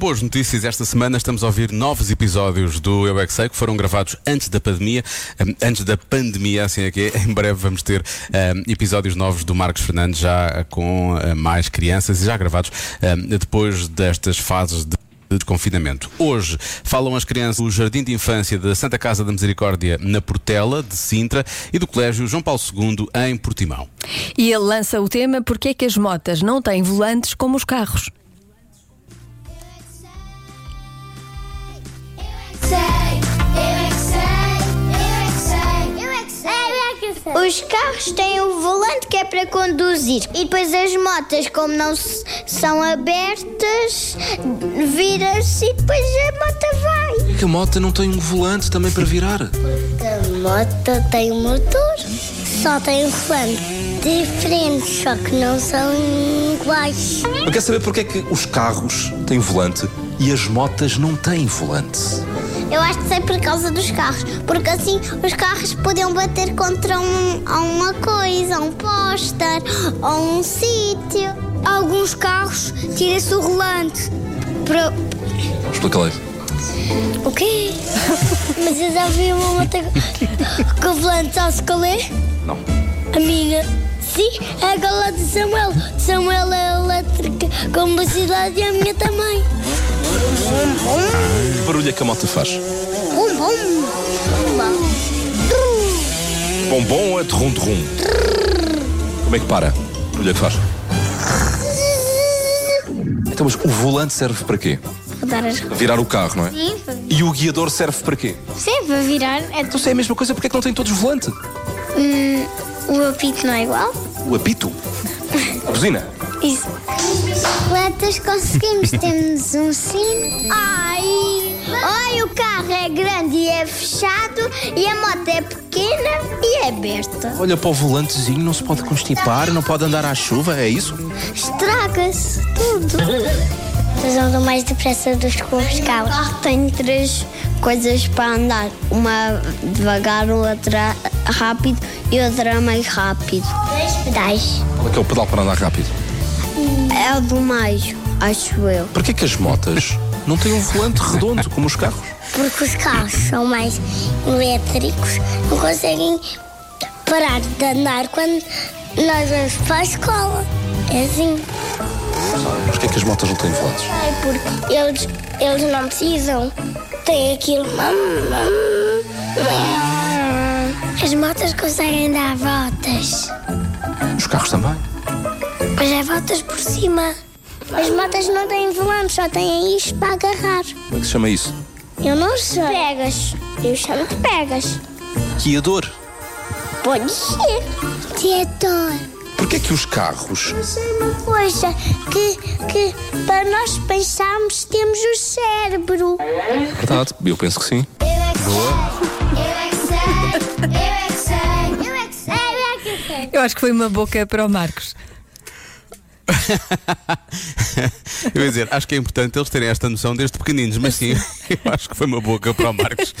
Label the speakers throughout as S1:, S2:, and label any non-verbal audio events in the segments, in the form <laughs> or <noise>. S1: Boas notícias esta semana, estamos a ouvir novos episódios do Eu é que Sei, que foram gravados antes da pandemia, hum, antes da pandemia, assim é que é. <laughs> Em breve vamos ter hum, episódios novos do Marcos Fernandes, já com hum, mais crianças e já gravados hum, depois destas fases de de confinamento. Hoje falam as crianças do Jardim de Infância da Santa Casa da Misericórdia na Portela, de Sintra, e do Colégio João Paulo II em Portimão.
S2: E ele lança o tema Porquê é que as motas não têm volantes como os carros?
S3: é é Os carros têm o volante que é para conduzir e depois as motas, como não s- são abertas, vira-se e depois a moto vai.
S4: Que a moto não tem um volante também para virar?
S3: A moto tem um motor, só tem um volante. Diferentes, só que não são iguais.
S4: Eu quero saber porque é que os carros têm volante e as motas não têm volante.
S3: Eu acho que é por causa dos carros, porque assim os carros podiam bater contra um, a uma coisa, um póster ou um sítio. Alguns carros tiram-se o volante. Para...
S4: Explica-lhe.
S3: O quê? <laughs> Mas eu já vi uma moto com o volante, sabe qual é?
S4: Não.
S3: A minha. Sim, é a lá de Samuel. Samuel é elétrica com velocidade e a minha também.
S4: Que barulho é que a moto faz?
S3: Bum, bum.
S4: Bombom ou é de rum de rum? Como é que para? Que barulho é que faz? Então, mas o volante serve para quê?
S3: Rodar as
S4: Para virar o carro, não é? E o guiador serve para quê?
S3: Sim, para virar é
S4: Então, se é a mesma coisa, porque é que não têm todos volante?
S3: O apito não é igual?
S4: O apito? A buzina?
S3: Isso. Quantas conseguimos? <laughs> Temos um sino. Ai! Ai, o carro é grande e é fechado, e a moto é pequena e é aberta.
S4: Olha para o volantezinho, não se pode constipar, não pode andar à chuva, é isso?
S3: Estraga-se <laughs> tudo. Eles andam mais depressa dos que os carros. O carro tem Ah, três coisas para andar: uma devagar, outra rápido e outra mais rápido. Três pedais.
S4: Qual é que é o pedal para andar rápido?
S3: É o do meio, acho eu.
S4: Para que é que as <laughs> motas não têm um volante redondo como os carros?
S3: porque os carros são mais elétricos, não conseguem parar de andar quando nós vamos para a escola. É assim.
S4: Mas que é que as motas não têm volantes?
S3: É porque eles, eles não precisam. Tem aquilo. As motas conseguem dar voltas.
S4: Os carros também.
S3: Mas é voltas por cima. As motas não têm volante, só têm isto para agarrar.
S4: Como é que se chama isso?
S3: Eu não sei. Pegas. Eu chamo de pegas.
S4: Guiador.
S3: Pode ser. Diretor.
S4: Porquê é que os carros.
S3: Sei uma coisa que, que para nós pensarmos temos o cérebro.
S4: É Verdade, eu penso que sim.
S3: Eu é que sei, eu é que sei, eu é que sei, eu é que sei, eu é que sei.
S2: Eu acho que foi uma boca para o Marcos.
S1: Eu ia dizer, acho que é importante eles terem esta noção desde pequeninos, mas sim, eu acho que foi uma boca para o Marcos.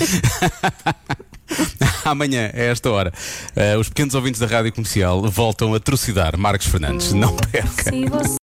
S1: Amanhã, a esta hora, eh, os pequenos ouvintes da rádio comercial voltam a trucidar Marcos Fernandes. Não perca.